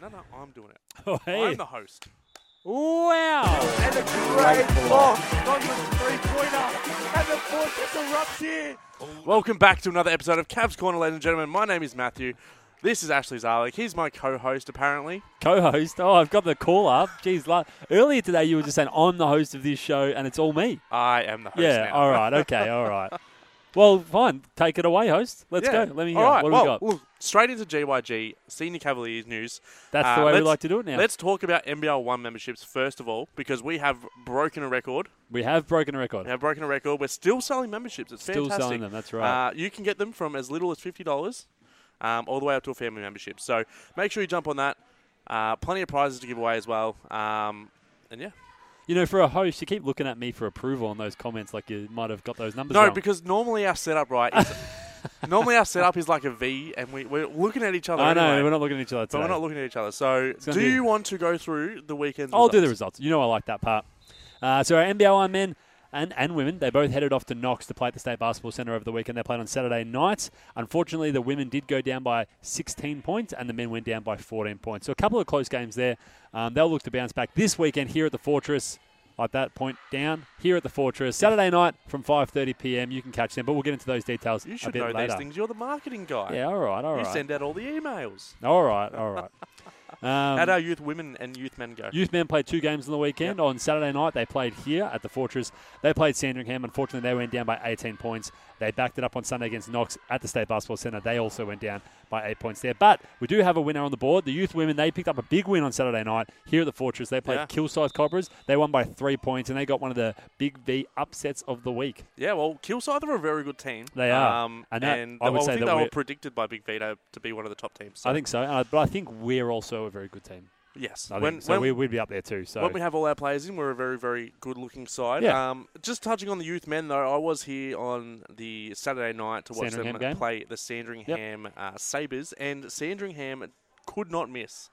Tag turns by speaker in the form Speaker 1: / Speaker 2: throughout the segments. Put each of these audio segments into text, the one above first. Speaker 1: no, I'm doing it.
Speaker 2: Oh, hey.
Speaker 1: I'm the host.
Speaker 2: Wow.
Speaker 1: And a great block on the three-pointer. And the board just erupts here. Welcome back to another episode of Cavs Corner, ladies and gentlemen. My name is Matthew. This is Ashley Zarlik. He's my co-host, apparently.
Speaker 2: Co-host. Oh, I've got the call up. Jeez, la- earlier today you were just saying I'm the host of this show and it's all me.
Speaker 1: I am the host
Speaker 2: Yeah.
Speaker 1: now.
Speaker 2: All right. Okay. All right. Well, fine. Take it away, host. Let's
Speaker 1: Yeah.
Speaker 2: go. Let me hear.
Speaker 1: All
Speaker 2: it.
Speaker 1: right.
Speaker 2: What
Speaker 1: well,
Speaker 2: do we got?
Speaker 1: well, straight into GYG, Senior Cavaliers news.
Speaker 2: That's
Speaker 1: Uh,
Speaker 2: the way we
Speaker 1: let's-
Speaker 2: like to do it now.
Speaker 1: Let's talk about NBL One memberships first of all, because we have broken a record.
Speaker 2: We have broken a record.
Speaker 1: We have broken a record. We're still selling memberships. It's
Speaker 2: Still
Speaker 1: fantastic.
Speaker 2: selling them. That's right.
Speaker 1: Uh, you can get them from as little as fifty dollars, um, all the way up to a family membership. So make sure you jump on that. Uh, plenty of prizes to give away as well. Um, and yeah,
Speaker 2: you know, for a host, you keep looking at me for approval on those comments, like you might have got those numbers
Speaker 1: no,
Speaker 2: wrong.
Speaker 1: because normally our setup right. Is, normally our setup is like a V, and we, we're looking at each other.
Speaker 2: I know
Speaker 1: anyway,
Speaker 2: we're not looking at each other.
Speaker 1: but
Speaker 2: Today.
Speaker 1: we're not looking at each other. So
Speaker 2: gonna
Speaker 1: do
Speaker 2: be-
Speaker 1: you want to go through the weekend's?
Speaker 2: I'll do the
Speaker 1: results?
Speaker 2: results. You know I like that part. Uh, so our NBL One men and, and women, they both headed off to Knox to play at the State Basketball Centre over the weekend. They played on Saturday night. Unfortunately, the women did go down by 16 points and the men went down by 14 points. So a couple of close games there. Um, they'll look to bounce back this weekend here at the Fortress. Like that point down here at the Fortress Saturday night from 5:30 p.m. You can catch them, but we'll get into those details
Speaker 1: You
Speaker 2: a
Speaker 1: should
Speaker 2: bit
Speaker 1: know
Speaker 2: later.
Speaker 1: these things. You're the marketing guy.
Speaker 2: Yeah, all right, all
Speaker 1: you
Speaker 2: right,
Speaker 1: send out all the emails.
Speaker 2: all right, all right. Um,
Speaker 1: How do our youth women and youth men go?
Speaker 2: Youth men played two games on the weekend. On Saturday night, they played here at the Fortress. They played Sandringham. Unfortunately, they went down by 18 points. They backed it up on Sunday against Knox at the State Basketball Centre. They also went down by eight points there. But we do have a winner on the board. The youth women, they picked up a big win on Saturday night here at the Fortress. They played
Speaker 1: Yeah.
Speaker 2: Killside Cobras. They won by three points, and they got one of the big V upsets of the week.
Speaker 1: yeah, well, Kilsyth are a very good team.
Speaker 2: They are.
Speaker 1: Um,
Speaker 2: And
Speaker 1: and
Speaker 2: that- I
Speaker 1: I,
Speaker 2: would say
Speaker 1: think
Speaker 2: that
Speaker 1: they were
Speaker 2: we're-
Speaker 1: predicted by Big Vito to be one of the top teams. So,
Speaker 2: I think so. Uh, but I think we're also a very good team.
Speaker 1: yes.
Speaker 2: I think.
Speaker 1: when
Speaker 2: so
Speaker 1: when,
Speaker 2: we, we'd be up there too. So
Speaker 1: when we have all our players in, we're a very very good looking side.
Speaker 2: Yeah.
Speaker 1: Um, just touching on the youth men though, I was here on the Saturday night to watch
Speaker 2: Sandringham
Speaker 1: them
Speaker 2: game?
Speaker 1: play the Sandringham uh, Sabers, and Sandringham could not miss.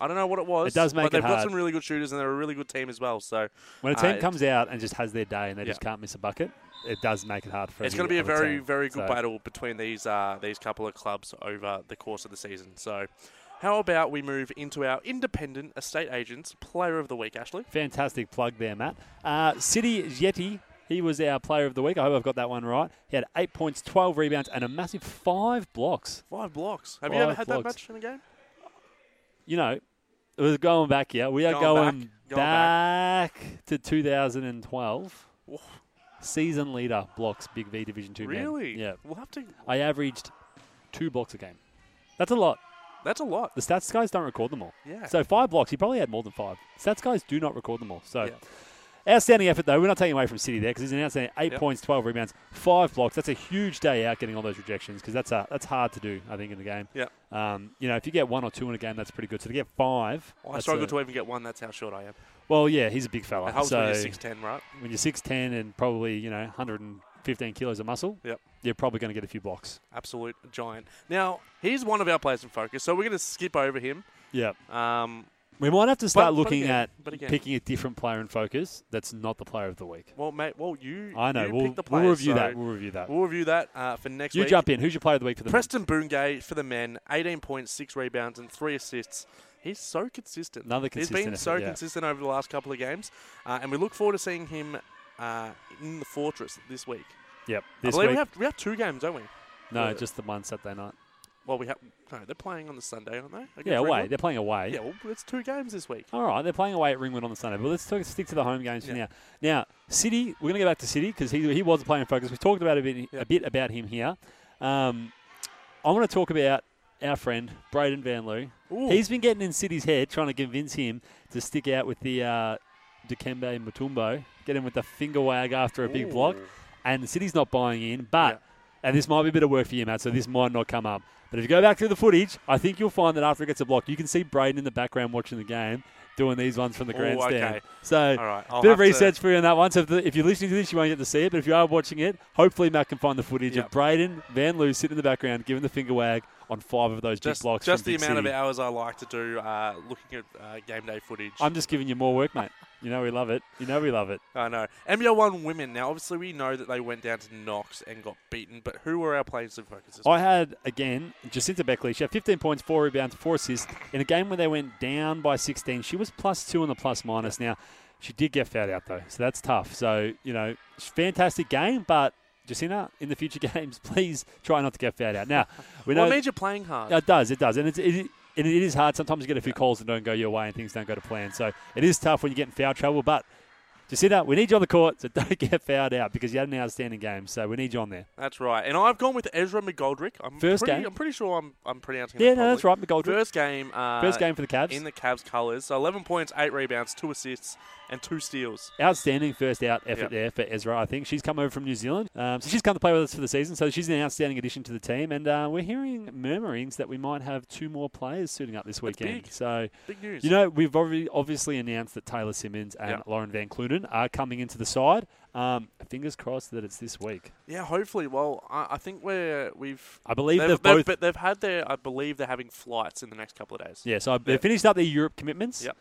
Speaker 1: I don't know what it was.
Speaker 2: does make
Speaker 1: but
Speaker 2: it
Speaker 1: they've got
Speaker 2: hard.
Speaker 1: some really good shooters, and they're a really good team as well. So
Speaker 2: When a
Speaker 1: Uh,
Speaker 2: team
Speaker 1: it-
Speaker 2: comes out and just has their day and they
Speaker 1: Yeah.
Speaker 2: just can't miss a bucket, it does make it hard for.
Speaker 1: It's
Speaker 2: going to
Speaker 1: be a very, very good
Speaker 2: So-
Speaker 1: battle between these uh, these couple of clubs over the course of the season. So, how about we move into our independent estate agents player of the week, Ashley?
Speaker 2: Fantastic plug there, Matt. Uh, City Yeti, he was our player of the week. I hope I've got that one right. He had eight points, twelve rebounds, and a massive five blocks.
Speaker 1: Five blocks. Have you ever
Speaker 2: Five
Speaker 1: had that
Speaker 2: blocks.
Speaker 1: much in a game?
Speaker 2: You know, it was going back here. We are
Speaker 1: Going
Speaker 2: going,
Speaker 1: back, going back.
Speaker 2: back to 2012.
Speaker 1: Woof.
Speaker 2: Season leader blocks Big V Division Two. men.
Speaker 1: Really?
Speaker 2: Yeah.
Speaker 1: We'll have to.
Speaker 2: I averaged two blocks a game. That's a lot.
Speaker 1: That's a lot.
Speaker 2: The stats guys don't record them all.
Speaker 1: Yeah.
Speaker 2: So five blocks, he probably had more than five. Stats guys do not record them all. So
Speaker 1: Yeah.
Speaker 2: outstanding effort though. We're not taking away from City there because he's an outstanding eight
Speaker 1: Yep.
Speaker 2: points, twelve rebounds, five blocks. That's a huge day out getting all those rejections because that's uh, that's hard to do. I think in the game.
Speaker 1: Yep.
Speaker 2: Um, you know, if you get one or two in a game, that's pretty good. So to get five,
Speaker 1: Oh, I
Speaker 2: that's
Speaker 1: struggle
Speaker 2: a-
Speaker 1: to even get one. That's how short I am.
Speaker 2: Well, yeah, he's a big
Speaker 1: It
Speaker 2: fella.
Speaker 1: helps
Speaker 2: so
Speaker 1: when you're six ten, right?
Speaker 2: when you're six ten and probably you know 115 kilos of muscle,
Speaker 1: Yep.
Speaker 2: you're probably going to get a few blocks.
Speaker 1: Absolute giant. Now he's one of our players in focus, so we're going to skip over him.
Speaker 2: Yeah.
Speaker 1: Um,
Speaker 2: We might have to
Speaker 1: but
Speaker 2: start looking
Speaker 1: again-
Speaker 2: at
Speaker 1: but again-
Speaker 2: picking a different player in focus that's not the player of the week.
Speaker 1: well, mate. Well, you.
Speaker 2: I know.
Speaker 1: You
Speaker 2: We'll,
Speaker 1: pick the
Speaker 2: we'll
Speaker 1: players,
Speaker 2: review
Speaker 1: so
Speaker 2: that. We'll review that.
Speaker 1: We'll review that uh, for next
Speaker 2: You
Speaker 1: week.
Speaker 2: jump in. Who's your player of the week for the
Speaker 1: Preston Boongay for the men, 18 points, six rebounds, and three assists. He's so consistent.
Speaker 2: Another
Speaker 1: He's been
Speaker 2: consistent
Speaker 1: so
Speaker 2: effort, yeah.
Speaker 1: consistent over the last couple of games, uh, and we look forward to seeing him uh, in the fortress this week.
Speaker 2: Yep.
Speaker 1: I
Speaker 2: This
Speaker 1: believe
Speaker 2: week.
Speaker 1: we have we have two games, don't we?
Speaker 2: no,
Speaker 1: uh,
Speaker 2: just the one Saturday night.
Speaker 1: Well, we have. No, they're playing on the Sunday, aren't they? Against
Speaker 2: Yeah, away.
Speaker 1: Redwood?
Speaker 2: They're playing away.
Speaker 1: Yeah, well, it's two games this week.
Speaker 2: All right, they're playing away at Ringwood on the Sunday, but let's talk, stick to the home games
Speaker 1: Yeah.
Speaker 2: for now. Now, City, we're going to go back to City because he, he was a player in focus. We talked about a bit,
Speaker 1: Yeah.
Speaker 2: a bit about him here. Um, I want to talk about our friend Braden Van Loo.
Speaker 1: Ooh.
Speaker 2: He's been getting in City's head, trying to convince him to stick out with the uh, Dikembe Mutumbo, get him with the finger wag after a big block,
Speaker 1: Ooh.
Speaker 2: and the City's not buying in. But and this might be a bit of work for you, Matt, so this might not come up. But if you go back through the footage, I think you'll find that after it gets a block, you can see Braden in the background watching the game doing these ones from the
Speaker 1: Ooh,
Speaker 2: grandstand.
Speaker 1: okay.
Speaker 2: So,
Speaker 1: All right, I'll
Speaker 2: bit
Speaker 1: have
Speaker 2: of
Speaker 1: to-
Speaker 2: research for you on that one. So, if, the, if you're listening to this, you won't get to see it. But if you are watching it, hopefully Matt can find the footage
Speaker 1: Yep.
Speaker 2: of Braden Van Loo sitting in the background, giving the finger wag on five of those
Speaker 1: Just,
Speaker 2: big blocks.
Speaker 1: just
Speaker 2: from
Speaker 1: the
Speaker 2: Big
Speaker 1: amount of
Speaker 2: City.
Speaker 1: hours I like to do uh, looking at uh, game day footage. i
Speaker 2: I'm just giving you more work, mate. You know we love it. You know we love it.
Speaker 1: know. NBL one women. Now, obviously, we know that they went down to Knox and got beaten, but who were our players in focus? this
Speaker 2: I had again Jacinta Beckley. She had 15 points, four rebounds, four assists in a game where they went down by 16. She was plus two on the plus minus. Now she did get fouled out though, so that's tough. So you know, it's a fantastic game, but Jacinta, in the future games, please try not to get fouled out. Now we
Speaker 1: well,
Speaker 2: know
Speaker 1: it means you're playing hard.
Speaker 2: it does, it does, and it's. It, and it is hard. Sometimes you get a few calls that don't go your way and things don't go to plan. So it is tough when you get in foul trouble. But Jacinta, we need you on the court, so don't get fouled out because you had an outstanding game. So we need you on there.
Speaker 1: That's right. And I've gone with Ezra McGoldrick. I'm
Speaker 2: First
Speaker 1: pretty,
Speaker 2: game.
Speaker 1: I'm pretty sure I'm, I'm pronouncing
Speaker 2: Yeah,
Speaker 1: that
Speaker 2: no, that's
Speaker 1: probably.
Speaker 2: right, McGoldrick.
Speaker 1: First game. Uh,
Speaker 2: First game for the Cavs.
Speaker 1: in the Cavs colours. So 11 points, 8 rebounds, 2 assists, and 2 steals.
Speaker 2: Outstanding first out
Speaker 1: Yep.
Speaker 2: effort there for Ezra, I think. She's come over from New Zealand. Um, so she's come to play with us for the season. So she's an outstanding addition to the team. And uh, we're hearing murmurings that we might have two more players suiting up this weekend.
Speaker 1: big.
Speaker 2: So,
Speaker 1: Big news.
Speaker 2: you know, we've already obviously announced that Taylor Simmons and
Speaker 1: Yep.
Speaker 2: Lauren Van Cluden are coming into the side. Um, fingers crossed that it's this week.
Speaker 1: yeah, hopefully. Well, I, I think we're, we've...
Speaker 2: I believe they've,
Speaker 1: they've,
Speaker 2: both.
Speaker 1: they've, they've had their... I believe they're having flights in the next couple of days.
Speaker 2: yeah, so they finished up their Europe commitments.
Speaker 1: Yep.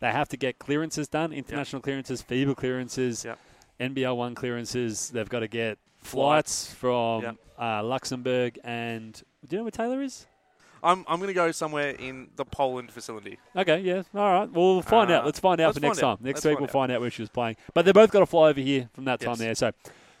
Speaker 2: They have to get clearances done international clearances, FIBA clearances.
Speaker 1: Yep.
Speaker 2: NBL one clearances. They've got to get flights from
Speaker 1: Yep.
Speaker 2: uh, Luxembourg and do you know where Taylor is?
Speaker 1: I'm, I'm going to go somewhere in the Poland facility.
Speaker 2: Okay, yeah, all right. Well, we'll find out.
Speaker 1: Uh,
Speaker 2: Let's find out
Speaker 1: let's
Speaker 2: for next
Speaker 1: find out.
Speaker 2: time. Next
Speaker 1: Let's
Speaker 2: week
Speaker 1: find
Speaker 2: we'll
Speaker 1: out.
Speaker 2: find out where she was playing. But they both got to fly over here from that time
Speaker 1: Yes.
Speaker 2: there. So,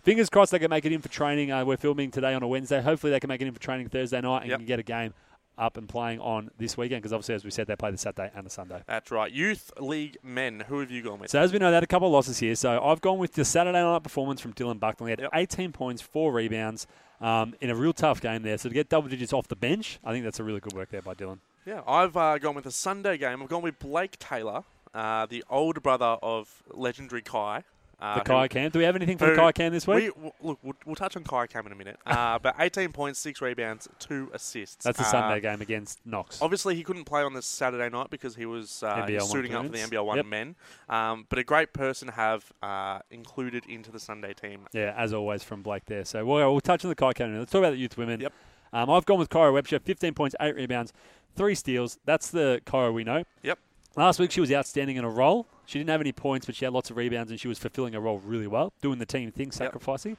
Speaker 2: fingers crossed they can make it in for training. Uh, we're filming today on a Wednesday. Hopefully they can make it in for training Thursday night and
Speaker 1: Yep.
Speaker 2: can get a game up and playing on this weekend because obviously as we said they play the Saturday and the Sunday.
Speaker 1: That's right. Youth League men. Who have you gone with?
Speaker 2: So as we know, they had a couple of losses here. So I've gone with the Saturday night performance from Dylan Buckley. He had
Speaker 1: Yep.
Speaker 2: 18 points, four rebounds, um, in a real tough game there. So to get double digits off the bench, I think that's a really good work there by Dylan.
Speaker 1: Yeah, I've uh, gone with a Sunday game. I've gone with Blake Taylor, uh, the older brother of legendary Kai. Uh,
Speaker 2: The
Speaker 1: who-
Speaker 2: Kai Cam. Do we have anything for the
Speaker 1: who-
Speaker 2: Kai Cam this week?
Speaker 1: We, w- look, we'll, we'll touch on Kai Cam in a minute. Uh, but 18 points, 6 rebounds, 2 assists.
Speaker 2: that's the
Speaker 1: Uh,
Speaker 2: Sunday game against Knox.
Speaker 1: Obviously, he couldn't play on this Saturday night because he was uh,
Speaker 2: NBL one
Speaker 1: suiting up for the
Speaker 2: clearance.
Speaker 1: NBL 1
Speaker 2: Yep.
Speaker 1: men. Um, but a great person to have uh, included into the Sunday team.
Speaker 2: Yeah, as always from Blake there. So we'll, we'll touch on the Kai Cam. Let's talk about the youth women.
Speaker 1: Yep.
Speaker 2: Um, I've gone with Kyra Webster, 15 points, 8 rebounds, 3 steals. That's the Kyra we know.
Speaker 1: Yep.
Speaker 2: Last week she was outstanding in a role. She didn't have any points, but she had lots of rebounds and she was fulfilling her role really well, doing the team thing, sacrificing.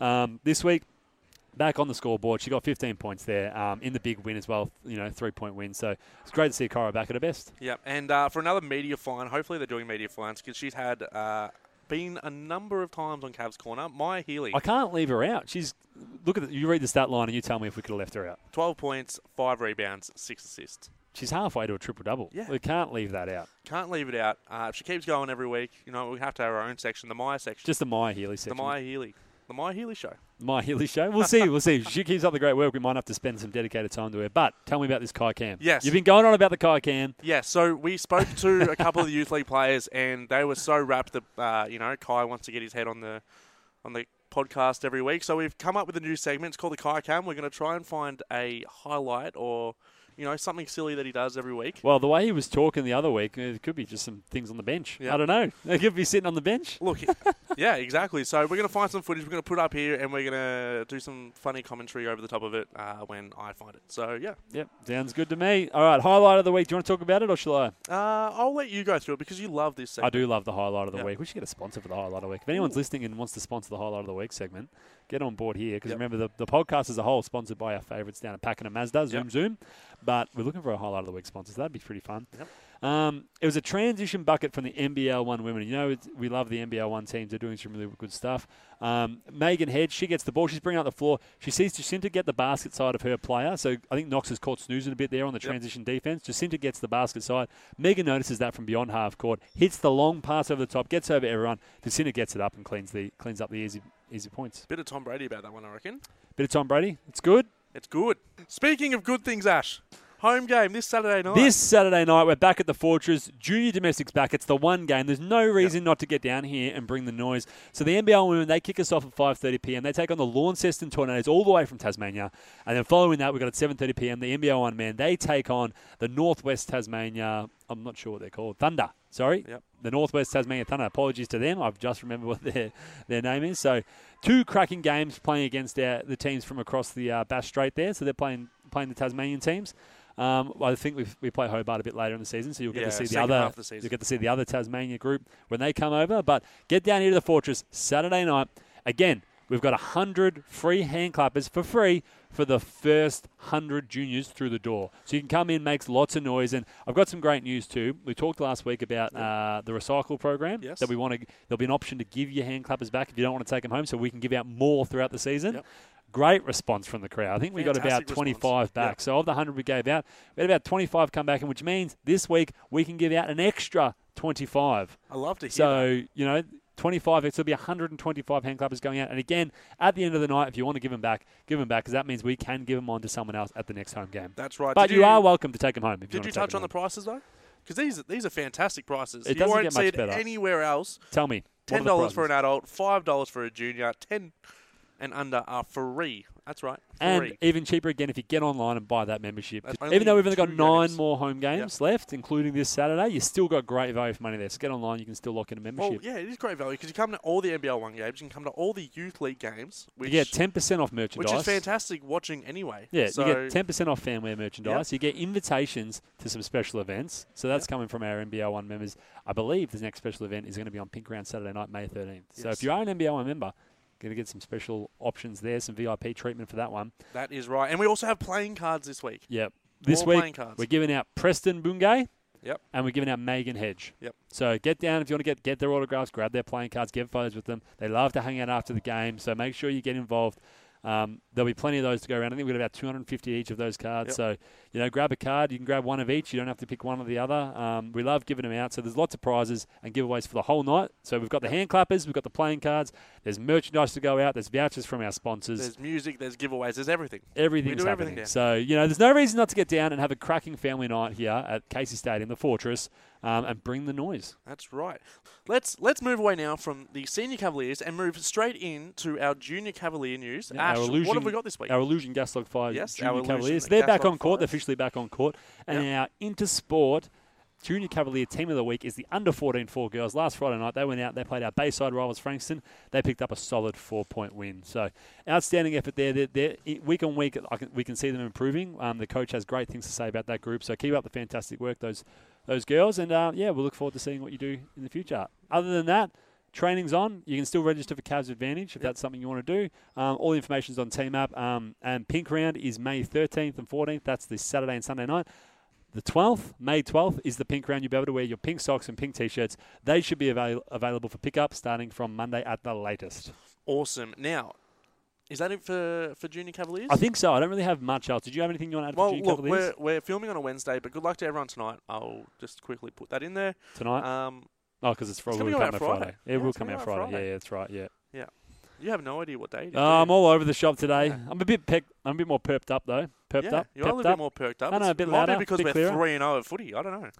Speaker 2: Um, this week, back on the scoreboard, she got 15 points there um, in the big win as well. You know, three point win. So it's great to see Kyra back at her best.
Speaker 1: Yep. And uh, for another media fine, hopefully they're doing media fines because she's had uh, been a number of times on Cavs Corner. Maya Healy,
Speaker 2: I can't leave her out. She's look at the, you read the stat line and you tell me if we could have left her out.
Speaker 1: 12 points, 5 rebounds, 6 assists.
Speaker 2: She's halfway to a triple double.
Speaker 1: Yeah.
Speaker 2: We can't leave that out.
Speaker 1: Can't leave it out. Uh, if she keeps going every week, you know, we have to have our own section, the Maya section.
Speaker 2: Just the Maya Healy
Speaker 1: the
Speaker 2: section.
Speaker 1: Maya Healy. The Maya Healy show.
Speaker 2: Maya Healy show. We'll see. We'll see. If she keeps up the great work, we might have to spend some dedicated time to her. But tell me about this Kai Cam.
Speaker 1: Yes.
Speaker 2: You've been going on about the Kai Cam.
Speaker 1: Yeah, so we spoke to a couple of the youth league players, and they were so wrapped that uh, you know Kai wants to get his head on the on the podcast every week. So we've come up with a new segment. It's called the Kai Cam. We're going to try and find a highlight or you know something silly that he does every week.
Speaker 2: Well, the way he was talking the other week, it could be just some things on the bench.
Speaker 1: Yeah.
Speaker 2: I don't know. They could be sitting on the bench.
Speaker 1: Look, yeah, exactly. So we're going to find some footage. We're going to put it up here, and we're going to do some funny commentary over the top of it uh, when I find it. So yeah,
Speaker 2: Yep, sounds good to me. All right, highlight of the week. Do you want to talk about it or shall I?
Speaker 1: uh, I'll let you go through it because you love this segment.
Speaker 2: I do love the highlight of the
Speaker 1: Yeah.
Speaker 2: week. We should get a sponsor for the highlight of the week. If anyone's listening and wants to sponsor the highlight of the week segment, get on board here because
Speaker 1: Yep.
Speaker 2: remember the, the podcast as a whole is sponsored by our favourites down at Packing and Mazda, Zoom Zoom. But we're looking for a highlight of the week sponsor, so that'd be pretty fun. Um, it was a transition bucket from the NBL one women. You know, it's, we love the NBL one teams. They're doing some really good stuff. Um, Megan Head, she gets the ball. She's bringing up the floor. She sees Jacinta get the basket side of her player. So I think Knox has caught snoozing a bit there on the transition defense. Jacinta gets the basket side. Megan notices that from beyond half court. Hits the long pass over the top. Gets over everyone. Jacinta gets it up and cleans the cleans up the easy easy points.
Speaker 1: Bit of Tom Brady about that one, I reckon.
Speaker 2: Bit of Tom Brady. It's good.
Speaker 1: It's good. Speaking of good things, Ash, home game this Saturday night.
Speaker 2: This Saturday night, we're back at the Fortress. Junior domestics back. It's the one game. There's no reason not to get down here and bring the noise. So the NBL women they kick us off at 5:30 p.m. They take on the Launceston Tornadoes all the way from Tasmania, and then following that, we've got at 7:30 p.m. the NBL one men they take on the Northwest Tasmania. I'm not sure what they're called. Thunder. Sorry,
Speaker 1: Yep.
Speaker 2: the Northwest Tasmania Thunder. Apologies to them. I've just remembered what their their name is. So two cracking games playing against our, the teams from across the uh, Bass Strait there. So they're playing playing the Tasmanian teams. Um, I think we we play Hobart a bit later in the season, so you'll get
Speaker 1: Yeah,
Speaker 2: to see the
Speaker 1: second
Speaker 2: other
Speaker 1: half of the season.
Speaker 2: you'll get to see the other Tasmania group when they come over. But get down here to the Fortress Saturday night again. We've got hundred free hand clappers for free for the first hundred juniors through the door. So you can come in, makes lots of noise, and I've got some great news too. We talked last week about uh, the recycle program
Speaker 1: Yes.
Speaker 2: that we want to. There'll be an option to give your hand clappers back if you don't want to take them home, so we can give out more throughout the season.
Speaker 1: Yep.
Speaker 2: Great response from the crowd. I think we got about
Speaker 1: Fantastic response.
Speaker 2: 25 back.
Speaker 1: Yep.
Speaker 2: So of the 100 we gave out, we had about 25 come back, and which means this week we can give out an extra 25.
Speaker 1: I love to hear that.
Speaker 2: So, you know, 25, it'll be 125 hand clappers going out. And again, at the end of the night, if you want to give them back, give them back because that means we can give them on to someone else at the next home game.
Speaker 1: That's right.
Speaker 2: But
Speaker 1: Did
Speaker 2: you, are welcome to take them home if
Speaker 1: Did
Speaker 2: you
Speaker 1: you
Speaker 2: want to take
Speaker 1: touch
Speaker 2: 'em
Speaker 1: on the
Speaker 2: home.
Speaker 1: prices though? Because these these are fantastic prices.
Speaker 2: It
Speaker 1: you
Speaker 2: doesn't
Speaker 1: won't
Speaker 2: get
Speaker 1: see
Speaker 2: much
Speaker 1: it
Speaker 2: better.
Speaker 1: anywhere else.
Speaker 2: Tell me. what
Speaker 1: Ten
Speaker 2: are the
Speaker 1: dollars for an
Speaker 2: prices?
Speaker 1: adult, five dollars for a junior, ten and under are free. That's right, free.
Speaker 2: And even cheaper again if you get online and buy that membership.
Speaker 1: That's
Speaker 2: even though
Speaker 1: only
Speaker 2: we've only got
Speaker 1: two
Speaker 2: nine
Speaker 1: games.
Speaker 2: more home games left, including this Saturday, you still got great value for money there. So get online, you can still lock in a membership.
Speaker 1: well, yeah, it is great value because you come to all the NBL one games, you can come to all the youth league games, which
Speaker 2: you get ten percent off merchandise,
Speaker 1: which is fantastic watching anyway.
Speaker 2: Yeah,
Speaker 1: so
Speaker 2: you get ten percent off fanware merchandise. You get invitations to some special events. So that's coming from our NBL One members. I believe the next special event is going to be on Pink Round Saturday night, May thirteenth. So if
Speaker 1: Yes.
Speaker 2: you are an NBL One member, going to get some special options there, some VIP treatment for that one.
Speaker 1: that is right. And we also have playing cards this week.
Speaker 2: Yep. This
Speaker 1: More
Speaker 2: week
Speaker 1: playing cards.
Speaker 2: we're giving out Preston Bungay.
Speaker 1: Yep.
Speaker 2: And we're giving out Megan Hedge.
Speaker 1: Yep.
Speaker 2: So get down if you want to get get their autographs, grab their playing cards, get photos with them. They love to hang out after the game, so make sure you get involved. Um, there'll be plenty of those to go around. I think we've got about 250 each of those cards.
Speaker 1: Yep.
Speaker 2: So, you know, grab a card. You can grab one of each. You don't have to pick one or the other. Um, we love giving them out. So there's lots of prizes and giveaways for the whole night. So we've got the hand clappers. We've got the playing cards. There's merchandise to go out. There's vouchers from our sponsors
Speaker 1: There's music, there's giveaways, there's everything.
Speaker 2: everything's
Speaker 1: We do
Speaker 2: happening.
Speaker 1: everything down.
Speaker 2: so you know, there's no reason not to get down and have a cracking family night here at Casey Stadium, the Fortress, um, and bring the noise.
Speaker 1: That's right. Let's let's move away now from the senior Cavaliers and move straight into our junior Cavalier news.
Speaker 2: Yeah,
Speaker 1: Ash,
Speaker 2: our
Speaker 1: what
Speaker 2: Illusion-
Speaker 1: have we got this week?
Speaker 2: Our Illusion Gaslog Fire
Speaker 1: Yes, our
Speaker 2: Junior
Speaker 1: Illusion
Speaker 2: Cavaliers, they're back
Speaker 1: Gaslock
Speaker 2: on court. They're
Speaker 1: Fires.
Speaker 2: officially back on court, and our Intersport. Junior Cavalier Team of the Week is the under 14 4 girls. Last Friday night, they went out, they played our Bayside rivals, Frankston. They picked up a solid four point win. So, outstanding effort there. They're, they're, week on week, I can, we can see them improving. Um, the coach has great things to say about that group. So, keep up the fantastic work, those those girls. And uh, yeah, we'll look forward to seeing what you do in the future. Other than that, training's on. You can still register for Cavs Advantage if that's something you want to do. Um, all the information's on Team App. Um, and Pink Round is May 13th and 14th. That's this Saturday and Sunday night. The 12th, May 12th, is the pink round. You'll be able to wear your pink socks and pink t shirts. They should be avail- available for pickup starting from Monday at the latest.
Speaker 1: Awesome. Now, is that it for for junior Cavaliers?
Speaker 2: I think so. I don't really have much else. Did you have anything you want to add
Speaker 1: Well,
Speaker 2: for G
Speaker 1: look,
Speaker 2: Cavaliers
Speaker 1: we're we're filming on a Wednesday, but good luck to everyone tonight. I'll just quickly put that in there.
Speaker 2: tonight?
Speaker 1: Um,
Speaker 2: oh, because it's Friday.
Speaker 1: gonna
Speaker 2: It
Speaker 1: go
Speaker 2: will
Speaker 1: out
Speaker 2: come out Friday.
Speaker 1: Friday.
Speaker 2: It
Speaker 1: Yeah,
Speaker 2: will
Speaker 1: it's
Speaker 2: come
Speaker 1: gonna
Speaker 2: out
Speaker 1: go out
Speaker 2: Friday.
Speaker 1: Friday.
Speaker 2: Yeah, yeah, that's right. Yeah.
Speaker 1: you have no idea what day. it is, do
Speaker 2: Uh, I'm
Speaker 1: you?
Speaker 2: all over the shop today.
Speaker 1: Yeah.
Speaker 2: I'm a bit peck- I'm a bit more perped up though. Perped
Speaker 1: yeah,
Speaker 2: up.
Speaker 1: you're a
Speaker 2: pepped
Speaker 1: little
Speaker 2: up.
Speaker 1: bit more perked up.
Speaker 2: I know, a
Speaker 1: It's-
Speaker 2: bit
Speaker 1: might be
Speaker 2: louder,
Speaker 1: because
Speaker 2: bit
Speaker 1: we're
Speaker 2: clearer.
Speaker 1: three and zero at footy. I don't know.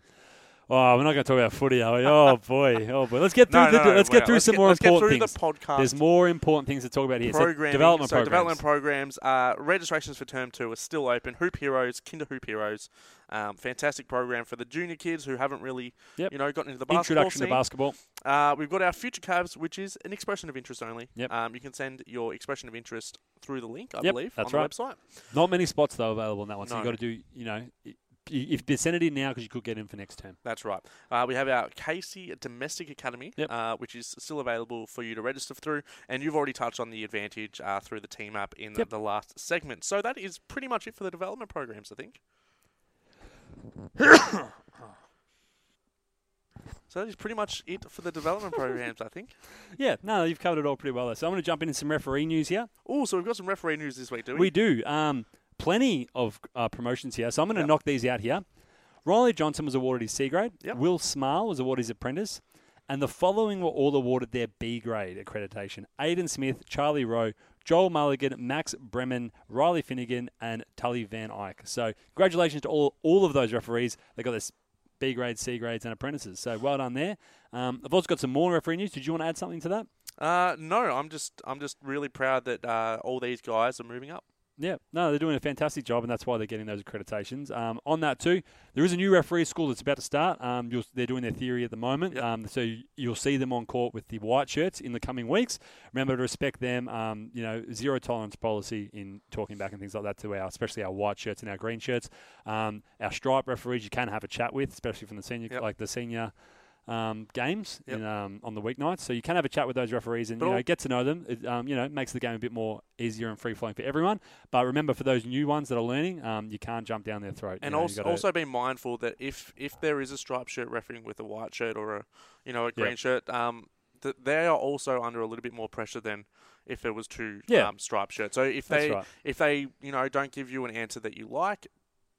Speaker 2: Oh, we're not going to talk about footy, are we? Oh boy, oh boy. Let's get through.
Speaker 1: No,
Speaker 2: the,
Speaker 1: no, no,
Speaker 2: let's
Speaker 1: we're
Speaker 2: get
Speaker 1: not.
Speaker 2: through
Speaker 1: Let's
Speaker 2: some
Speaker 1: get-
Speaker 2: more
Speaker 1: let's get
Speaker 2: important
Speaker 1: through the
Speaker 2: things.
Speaker 1: podcast.
Speaker 2: There's more important things to talk about here. So
Speaker 1: programming.
Speaker 2: development
Speaker 1: so
Speaker 2: programs.
Speaker 1: development programs. Uh, registrations for term two are still open. Hoop Heroes, Kinder Hoop Heroes, um, fantastic program for the junior kids who haven't really,
Speaker 2: Yep.
Speaker 1: you know, gotten into the basketball
Speaker 2: Introduction
Speaker 1: scene.
Speaker 2: to basketball.
Speaker 1: Uh, we've got our future Cavs, which is an expression of interest only.
Speaker 2: Yep.
Speaker 1: Um, you can send your expression of interest through the link, I
Speaker 2: Yep,
Speaker 1: believe,
Speaker 2: that's
Speaker 1: on the
Speaker 2: right.
Speaker 1: website.
Speaker 2: Not many spots though available in that one, so
Speaker 1: No.
Speaker 2: you've got to do. You know, i- if you send it in now because you could get in for next term.
Speaker 1: That's right. Uh, we have our Casey Domestic Academy,
Speaker 2: Yep.
Speaker 1: uh, which is still available for you to register through. And you've already touched on the advantage uh, through the team app in
Speaker 2: Yep.
Speaker 1: the, the last segment. So that is pretty much it for the development programs, I think. so that is pretty much it for the development programs, I think.
Speaker 2: Yeah, no, you've covered it all pretty well. There. So I'm going to jump into some referee news here.
Speaker 1: Oh, so we've got some referee news this week, do we?
Speaker 2: We do. Um, plenty of uh, promotions here, so I'm going to
Speaker 1: Yep.
Speaker 2: knock these out here. Riley Johnson was awarded his C grade.
Speaker 1: Yep.
Speaker 2: Will Smile was awarded his apprentice. And the following were all awarded their B grade accreditation Aidan Smith, Charlie Rowe, Joel Mulligan, Max Bremen, Riley Finnegan, and Tully Van Eyck. So, congratulations to all, all of those referees. They got this B grade, C grades, and apprentices. So, well done there. Um, I've also got some more referee news. Did you want to add something to that?
Speaker 1: Uh, no, I'm just I'm just really proud that uh, all these guys are moving up.
Speaker 2: Yeah, no, they're doing a fantastic job, and that's why they're getting those accreditations. Um, on that too, there is a new referee school that's about to start. Um, you'll, they're doing their theory at the moment,
Speaker 1: Yep.
Speaker 2: um, so you- you'll see them on court with the white shirts in the coming weeks. Remember to respect them. Um, you know, zero tolerance policy in talking back and things like that to our, especially our white shirts and our green shirts. Um, our stripe referees you can have a chat with, especially from the senior,
Speaker 1: Yep.
Speaker 2: like the senior. Um, games
Speaker 1: Yep.
Speaker 2: in, um, on the weeknights, so you can have a chat with those referees and
Speaker 1: But
Speaker 2: you know
Speaker 1: all-
Speaker 2: get to know them. It, um, you know makes the game a bit more easier and free flowing for everyone. But remember, for those new ones that are learning, um, you can't jump down their throat.
Speaker 1: And
Speaker 2: you know, you
Speaker 1: also,
Speaker 2: gotta-
Speaker 1: also be mindful that if if there is a striped shirt refereeing with a white shirt or a you know a green
Speaker 2: Yeah.
Speaker 1: shirt, um, th- they are also under a little bit more pressure than if it was two
Speaker 2: Yeah.
Speaker 1: um, striped shirts. So if
Speaker 2: That's
Speaker 1: they
Speaker 2: right.
Speaker 1: if they you know don't give you an answer that you like,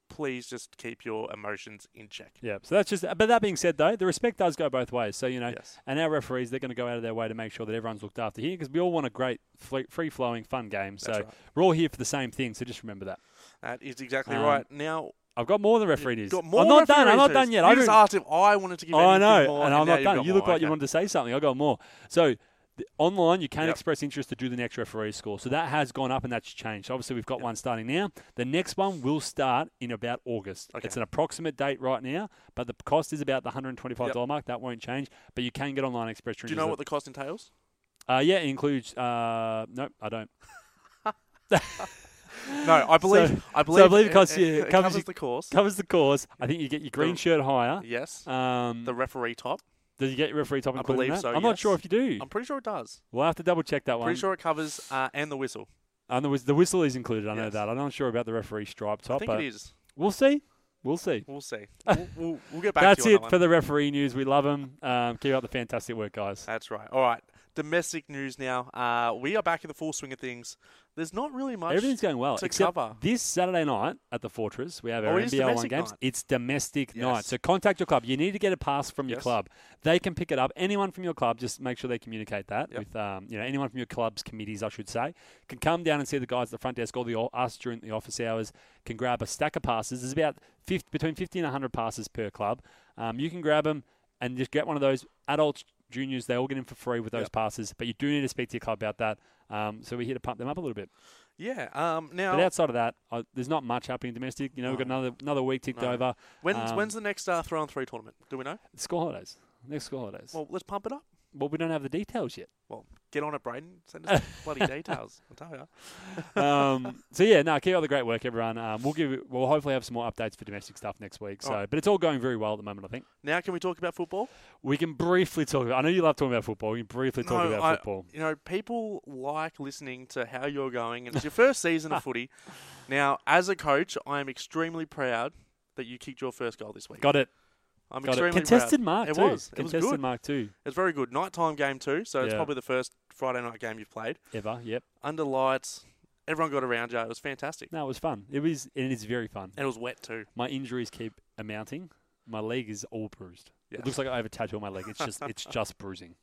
Speaker 1: please just keep your emotions in check.
Speaker 2: yeah. So that's just. But that being said, though, the respect does go both ways. So you know,
Speaker 1: Yes.
Speaker 2: and our referees they're going to go out of their way to make sure that everyone's looked after here because we all want a great, free flowing, fun game. So
Speaker 1: That's right.
Speaker 2: we're all here for the same thing. So just remember that.
Speaker 1: That is exactly
Speaker 2: Um,
Speaker 1: right. Now
Speaker 2: I've got more than referee
Speaker 1: you've
Speaker 2: news.
Speaker 1: got more.
Speaker 2: I'm not done.
Speaker 1: referee
Speaker 2: I'm not
Speaker 1: news.
Speaker 2: done yet.
Speaker 1: You
Speaker 2: I
Speaker 1: just
Speaker 2: don't-
Speaker 1: asked if I wanted to give.
Speaker 2: Oh, I
Speaker 1: anything
Speaker 2: know,
Speaker 1: more,
Speaker 2: and I'm
Speaker 1: now
Speaker 2: not
Speaker 1: you've
Speaker 2: done.
Speaker 1: got
Speaker 2: You
Speaker 1: more.
Speaker 2: look like you
Speaker 1: Okay.
Speaker 2: wanted to say something. I got more. So the, online, you can
Speaker 1: Yep.
Speaker 2: express interest to do the next referee score. So that has gone up and that's changed. Obviously, we've got one starting now. The next one will start in about August.
Speaker 1: Okay.
Speaker 2: It's an approximate date right now, but the cost is about the $125 mark. That won't change, but you can get online express
Speaker 1: Do you know what the cost entails?
Speaker 2: Uh, yeah, it includes. Uh, no, I don't.
Speaker 1: No, I believe. I believe.
Speaker 2: I believe it costs you-
Speaker 1: It
Speaker 2: covers
Speaker 1: covers,
Speaker 2: you-
Speaker 1: the course.
Speaker 2: Covers the course. I think you get your green
Speaker 1: The-
Speaker 2: shirt higher.
Speaker 1: yes.
Speaker 2: Um,
Speaker 1: the referee top.
Speaker 2: does you get your referee top
Speaker 1: I
Speaker 2: included in
Speaker 1: believe
Speaker 2: that?
Speaker 1: so,
Speaker 2: I'm not
Speaker 1: yes.
Speaker 2: sure if you do.
Speaker 1: I'm pretty sure it does.
Speaker 2: we'll have to double check that one.
Speaker 1: Pretty sure it covers uh, and the whistle.
Speaker 2: And the, whis- the whistle is included. I know
Speaker 1: Yes.
Speaker 2: that. I'm not sure about the referee stripe
Speaker 1: I
Speaker 2: top,
Speaker 1: think
Speaker 2: but
Speaker 1: it is.
Speaker 2: we'll see. We'll see.
Speaker 1: We'll see. We'll, we'll, we'll get back
Speaker 2: That's
Speaker 1: to you
Speaker 2: it
Speaker 1: on that
Speaker 2: for
Speaker 1: one.
Speaker 2: the referee news. We love them. Um, keep up the fantastic work, guys.
Speaker 1: That's right. All right. Domestic news now. Uh, we are back in the full swing of things. There's not really much.
Speaker 2: Everything's going well.
Speaker 1: to
Speaker 2: except
Speaker 1: cover.
Speaker 2: this Saturday night at the Fortress, we have
Speaker 1: Oh,
Speaker 2: our
Speaker 1: it is
Speaker 2: NBL One
Speaker 1: domestic
Speaker 2: games.
Speaker 1: night.
Speaker 2: It's domestic night.
Speaker 1: Yes.
Speaker 2: So contact your club. You need to get a pass from your
Speaker 1: Yes.
Speaker 2: club. They can pick it up. Anyone from your club, just make sure they communicate that
Speaker 1: Yep.
Speaker 2: with um, you know anyone from your club's committees, I should say, can come down and see the guys at the front desk or the us during the office hours. Can grab a stack of passes. There's about 50, between 50 and 100 passes per club. Um, you can grab them and just get one of those adults. Juniors, they all get in for free with those
Speaker 1: Yep.
Speaker 2: passes, but you do need to speak to your club about that. Um, so we're here to pump them up a little bit.
Speaker 1: Yeah. Um, now,
Speaker 2: But outside of that, uh, there's not much happening domestic. You know, we've got another another week ticked
Speaker 1: No.
Speaker 2: over.
Speaker 1: when's,
Speaker 2: um,
Speaker 1: when's the next uh, throw on three tournament? Do we know?
Speaker 2: School holidays. Next school holidays. Well,
Speaker 1: Well, let's pump it up.
Speaker 2: we don't have the details yet.
Speaker 1: Well, get on it, Braden. Send us the bloody details. I'll tell you.
Speaker 2: um, so yeah, no, keep up the great work, everyone. Um, we'll give we'll hopefully have some more updates for domestic stuff next week. So,
Speaker 1: Alright.
Speaker 2: but it's all going very well at the moment. I think
Speaker 1: Now, can we talk about football?
Speaker 2: we can briefly talk. About, I know you love talking about football. We can briefly talk
Speaker 1: No,
Speaker 2: about
Speaker 1: I-
Speaker 2: football.
Speaker 1: You know, people like listening to how you're going, and it's your first season of footy. Now, as a coach, I am extremely proud that you kicked your first goal this week.
Speaker 2: Got it.
Speaker 1: I'm
Speaker 2: Got it.
Speaker 1: extremely
Speaker 2: Contested
Speaker 1: proud.
Speaker 2: mark
Speaker 1: It
Speaker 2: too.
Speaker 1: was. It was
Speaker 2: Contested
Speaker 1: good.
Speaker 2: mark too.
Speaker 1: It's very good. Nighttime game too, so it's
Speaker 2: Yeah.
Speaker 1: probably the first Friday night game you've played.
Speaker 2: Ever. Yep.
Speaker 1: Under lights, everyone got around you. It was fantastic,
Speaker 2: No, it was fun. It was. and It is very fun.
Speaker 1: and it was wet too.
Speaker 2: My injuries keep amounting. My leg is all bruised.
Speaker 1: Yeah.
Speaker 2: It looks like I have a tattoo on my leg. It's just it's just bruising.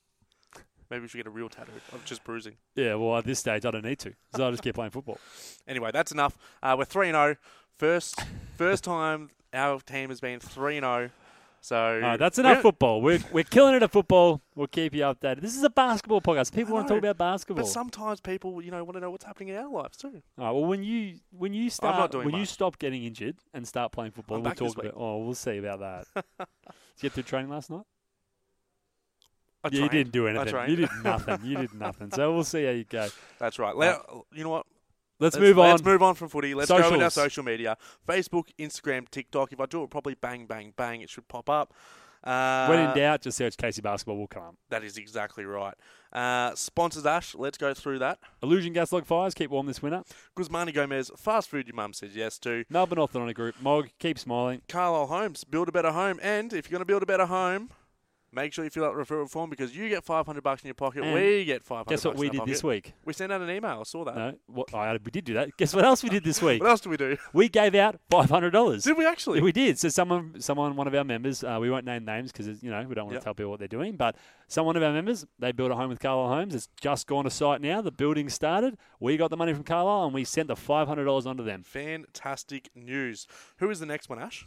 Speaker 1: Maybe we should get a real tattoo of just bruising.
Speaker 2: Yeah, well, at this stage, I don't need to, so I just keep playing football.
Speaker 1: Anyway, that's enough. Uh, we're three and zero. First, first time our team has been three and zero. So
Speaker 2: All right, that's
Speaker 1: we
Speaker 2: enough
Speaker 1: don't-
Speaker 2: football. We're, we're killing it at football. We'll keep you updated. This is a basketball podcast. People
Speaker 1: I
Speaker 2: want to talk
Speaker 1: know,
Speaker 2: about basketball.
Speaker 1: But sometimes people, you know, want to know what's happening in our lives too.
Speaker 2: All right, well, when you when you start
Speaker 1: doing
Speaker 2: when you
Speaker 1: much.
Speaker 2: stop getting injured and start playing football,
Speaker 1: I'm
Speaker 2: we'll
Speaker 1: back this
Speaker 2: talk about. Oh, we'll see about that. Did you get through training last night?
Speaker 1: I
Speaker 2: yeah, you
Speaker 1: trained.
Speaker 2: didn't do anything.
Speaker 1: trained.
Speaker 2: You did nothing. You did nothing. So we'll see how you go.
Speaker 1: That's right. Let, you know what?
Speaker 2: Let's, move on.
Speaker 1: Let's move on from footy. Let's go with our
Speaker 2: Socials.
Speaker 1: social media: Facebook, Instagram, TikTok. If I do it properly, bang, bang, bang, it should pop up. Uh,
Speaker 2: when in doubt, just search Casey Basketball. We'll come. up.
Speaker 1: That is exactly right. Uh, sponsors Ash, let's go through that.
Speaker 2: Illusion Gaslog Fires. Keep warm this winter.
Speaker 1: Guzmani Gomez, fast food your mum says yes to.
Speaker 2: Melbourne Orthodontic Group. Mog. Keep smiling.
Speaker 1: Carlisle Homes, build a better home. And if you're going to build a better home, make sure you fill out the referral form because you get 500 bucks in your pocket.
Speaker 2: And
Speaker 1: we get 500
Speaker 2: Guess what
Speaker 1: bucks in
Speaker 2: we
Speaker 1: our
Speaker 2: did this
Speaker 1: pocket.
Speaker 2: week?
Speaker 1: We sent out an email. I saw that.
Speaker 2: No, what, I, we did do that. Guess what else we did this week?
Speaker 1: What else do we do?
Speaker 2: We gave out five hundred dollars.
Speaker 1: Did we actually?
Speaker 2: We did. So someone, someone, one of our members. Uh, we won't name names because you know we don't want to
Speaker 1: Yep.
Speaker 2: tell people what they're doing. But someone of our members, they built a home with Carlisle Homes. It's just gone to site now. The building started. We got the money from Carlisle and we sent the five hundred dollars onto them.
Speaker 1: Fantastic news. Who is the next one, Ash?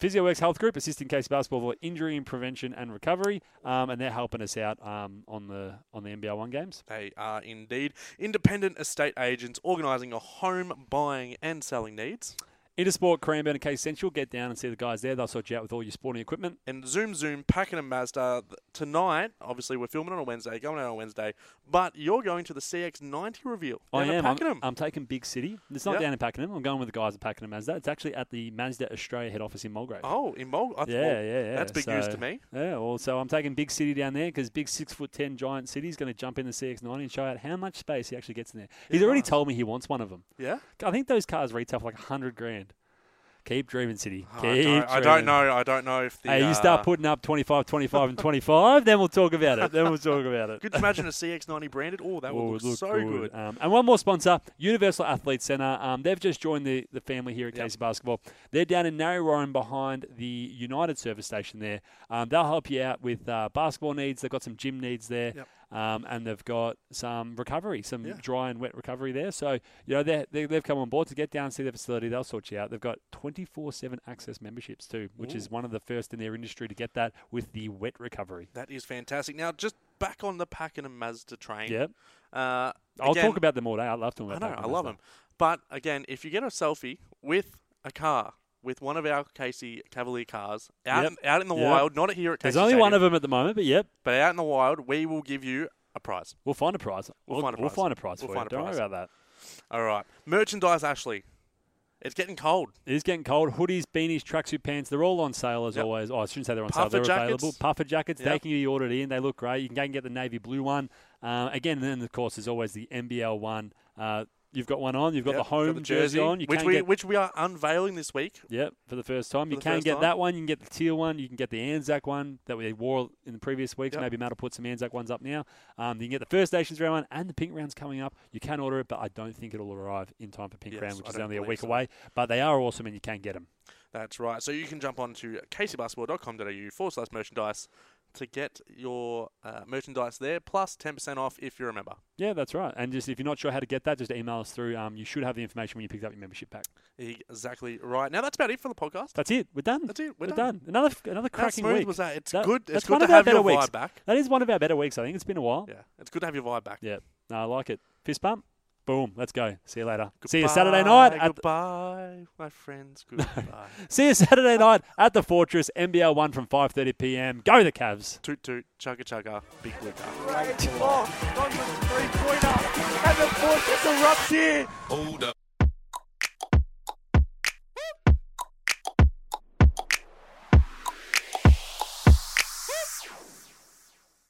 Speaker 2: PhysioWorks Health Group assist in case of basketball for injury and prevention and recovery, um, and they're helping us out um, on the on the NBL One games.
Speaker 1: They are indeed independent estate agents organising your home buying and selling needs.
Speaker 2: Intersport, Cranbourne, and Case Central, get down and see the guys there. They'll sort you out with all your sporting equipment.
Speaker 1: And Zoom Zoom, Packing and Mazda th- tonight. Obviously, we're filming on a Wednesday, going out on a Wednesday, but you're going to the CX90 reveal.
Speaker 2: I am. I'm,
Speaker 1: Pakenham.
Speaker 2: I'm taking Big City. It's not
Speaker 1: Yeah.
Speaker 2: down in Pakenham. I'm going with the guys at Pakenham Mazda. It's actually at the Mazda Australia head office in Mulgrave.
Speaker 1: oh, in Mol- I th-
Speaker 2: Yeah,
Speaker 1: well,
Speaker 2: yeah, yeah.
Speaker 1: That's big news
Speaker 2: So-
Speaker 1: to me.
Speaker 2: Yeah, well, so I'm taking Big City down there because Big six foot ten giant city is going to jump in the CX90 and show out how much space he actually gets in there. He's already
Speaker 1: does.
Speaker 2: told me he wants one of them.
Speaker 1: Yeah.
Speaker 2: I think those cars retail for like hundred grand. Keep dreaming, city.
Speaker 1: Oh, I
Speaker 2: Keep
Speaker 1: don't- I, don't
Speaker 2: dreaming.
Speaker 1: know. I don't know if the.
Speaker 2: Hey,
Speaker 1: uh,
Speaker 2: you start putting up 25, 25, and 25, then we'll talk about it. Then we'll talk about it.
Speaker 1: Could you imagine a CX90 branded? Oh, that would
Speaker 2: Oh,
Speaker 1: look,
Speaker 2: it looked
Speaker 1: so good.
Speaker 2: Um, and one more sponsor, Universal Athlete Centre. Um, they've just joined the, the family here at
Speaker 1: Yep.
Speaker 2: Casey Basketball. They're down in Narry Warren behind the United service station there. Um, they'll help you out with uh, basketball needs. They've got some gym needs there.
Speaker 1: Yep.
Speaker 2: Um, and they've got some recovery, some
Speaker 1: Yeah.
Speaker 2: dry and wet recovery there. So, you know, they're, they, they've come on board to get down and see the facility. They'll sort you out. They've got 24 7 access memberships too, which is one of the first in their industry to get that with the wet recovery.
Speaker 1: That is fantastic. Now, just back on the Pakenham Mazda train.
Speaker 2: Yep.
Speaker 1: Uh,
Speaker 2: I'll
Speaker 1: again,
Speaker 2: talk about them all day. I love talking
Speaker 1: I
Speaker 2: about
Speaker 1: know.
Speaker 2: Falcon
Speaker 1: I love
Speaker 2: Mazda.
Speaker 1: them. But again, if you get a selfie with a car, with one of our Casey Cavalier cars out,
Speaker 2: Yep.
Speaker 1: in, out in the
Speaker 2: Yep.
Speaker 1: wild, not here at Casey
Speaker 2: There's only
Speaker 1: Stadium,
Speaker 2: one of them at the moment, but yep,
Speaker 1: but out in the wild, we will give you a prize.
Speaker 2: we'll find a prize.
Speaker 1: We'll find a
Speaker 2: We'll
Speaker 1: prize.
Speaker 2: find a prize
Speaker 1: We'll
Speaker 2: for
Speaker 1: find
Speaker 2: you.
Speaker 1: a
Speaker 2: Don't
Speaker 1: prize.
Speaker 2: worry about
Speaker 1: All right. Merchandise, Ashley. It's getting cold.
Speaker 2: that. It is getting cold. Hoodies, beanies, tracksuit pants, they're all on sale as
Speaker 1: Yep.
Speaker 2: always. Oh, I shouldn't say they're on sale.
Speaker 1: Puffer
Speaker 2: They're
Speaker 1: jackets.
Speaker 2: available. Puffer jackets,
Speaker 1: Yep.
Speaker 2: they can be ordered in. They look great. You can go and get the navy blue one. Uh, again, then, of course, there's always the NBL one. Uh, you've got one on. You've got
Speaker 1: Yep,
Speaker 2: the home
Speaker 1: got the jersey,
Speaker 2: on. You
Speaker 1: which
Speaker 2: can
Speaker 1: we
Speaker 2: get,
Speaker 1: which we are unveiling this week.
Speaker 2: yep, for the first time. You
Speaker 1: the
Speaker 2: can
Speaker 1: first
Speaker 2: get
Speaker 1: time.
Speaker 2: that one. You can get the teal one. You can get the Anzac one that we wore in the previous weeks.
Speaker 1: Yep.
Speaker 2: Maybe Matt will put some Anzac ones up now. Um, you can get the First Nations round one and the Pink round's coming up. You can order it, but I don't think it'll arrive in time for Pink
Speaker 1: Yes,
Speaker 2: round,
Speaker 1: I
Speaker 2: which is
Speaker 1: don't
Speaker 2: only a
Speaker 1: believe
Speaker 2: week
Speaker 1: so.
Speaker 2: away. But they are awesome, and you can get them.
Speaker 1: That's right. So you can jump on to caseybasketball.com.au forward slash merchandise to get your uh, merchandise there, plus 10% off if you're a member.
Speaker 2: Yeah, that's right. And just if you're not sure how to get that, just email us through. Um, you should have the information when you pick up your membership pack.
Speaker 1: Exactly right. Now, that's about it for the podcast.
Speaker 2: That's it. We're done.
Speaker 1: That's it. We're
Speaker 2: We're,
Speaker 1: done.
Speaker 2: done. Another another
Speaker 1: How
Speaker 2: cracking
Speaker 1: smooth
Speaker 2: week.
Speaker 1: was that? It's
Speaker 2: That-
Speaker 1: good.
Speaker 2: that's
Speaker 1: It's
Speaker 2: one
Speaker 1: good to
Speaker 2: of our
Speaker 1: have your
Speaker 2: better weeks.
Speaker 1: vibe back.
Speaker 2: That is one of our better weeks. I think it's been a while.
Speaker 1: Yeah, it's good to have your vibe back.
Speaker 2: Yeah. No, I like it. Fist bump. Boom. Let's go. See you later. See you Saturday night.
Speaker 1: Goodbye,
Speaker 2: At
Speaker 1: Goodbye, my friends. Goodbye.
Speaker 2: see you Saturday night at the Fortress. NBL one from 5:30 p.m. Go the Cavs.
Speaker 1: toot toot, chugga chugga, big blue car.
Speaker 3: Right. Oh, three pointer. And the fortress erupts here.
Speaker 4: Hold up.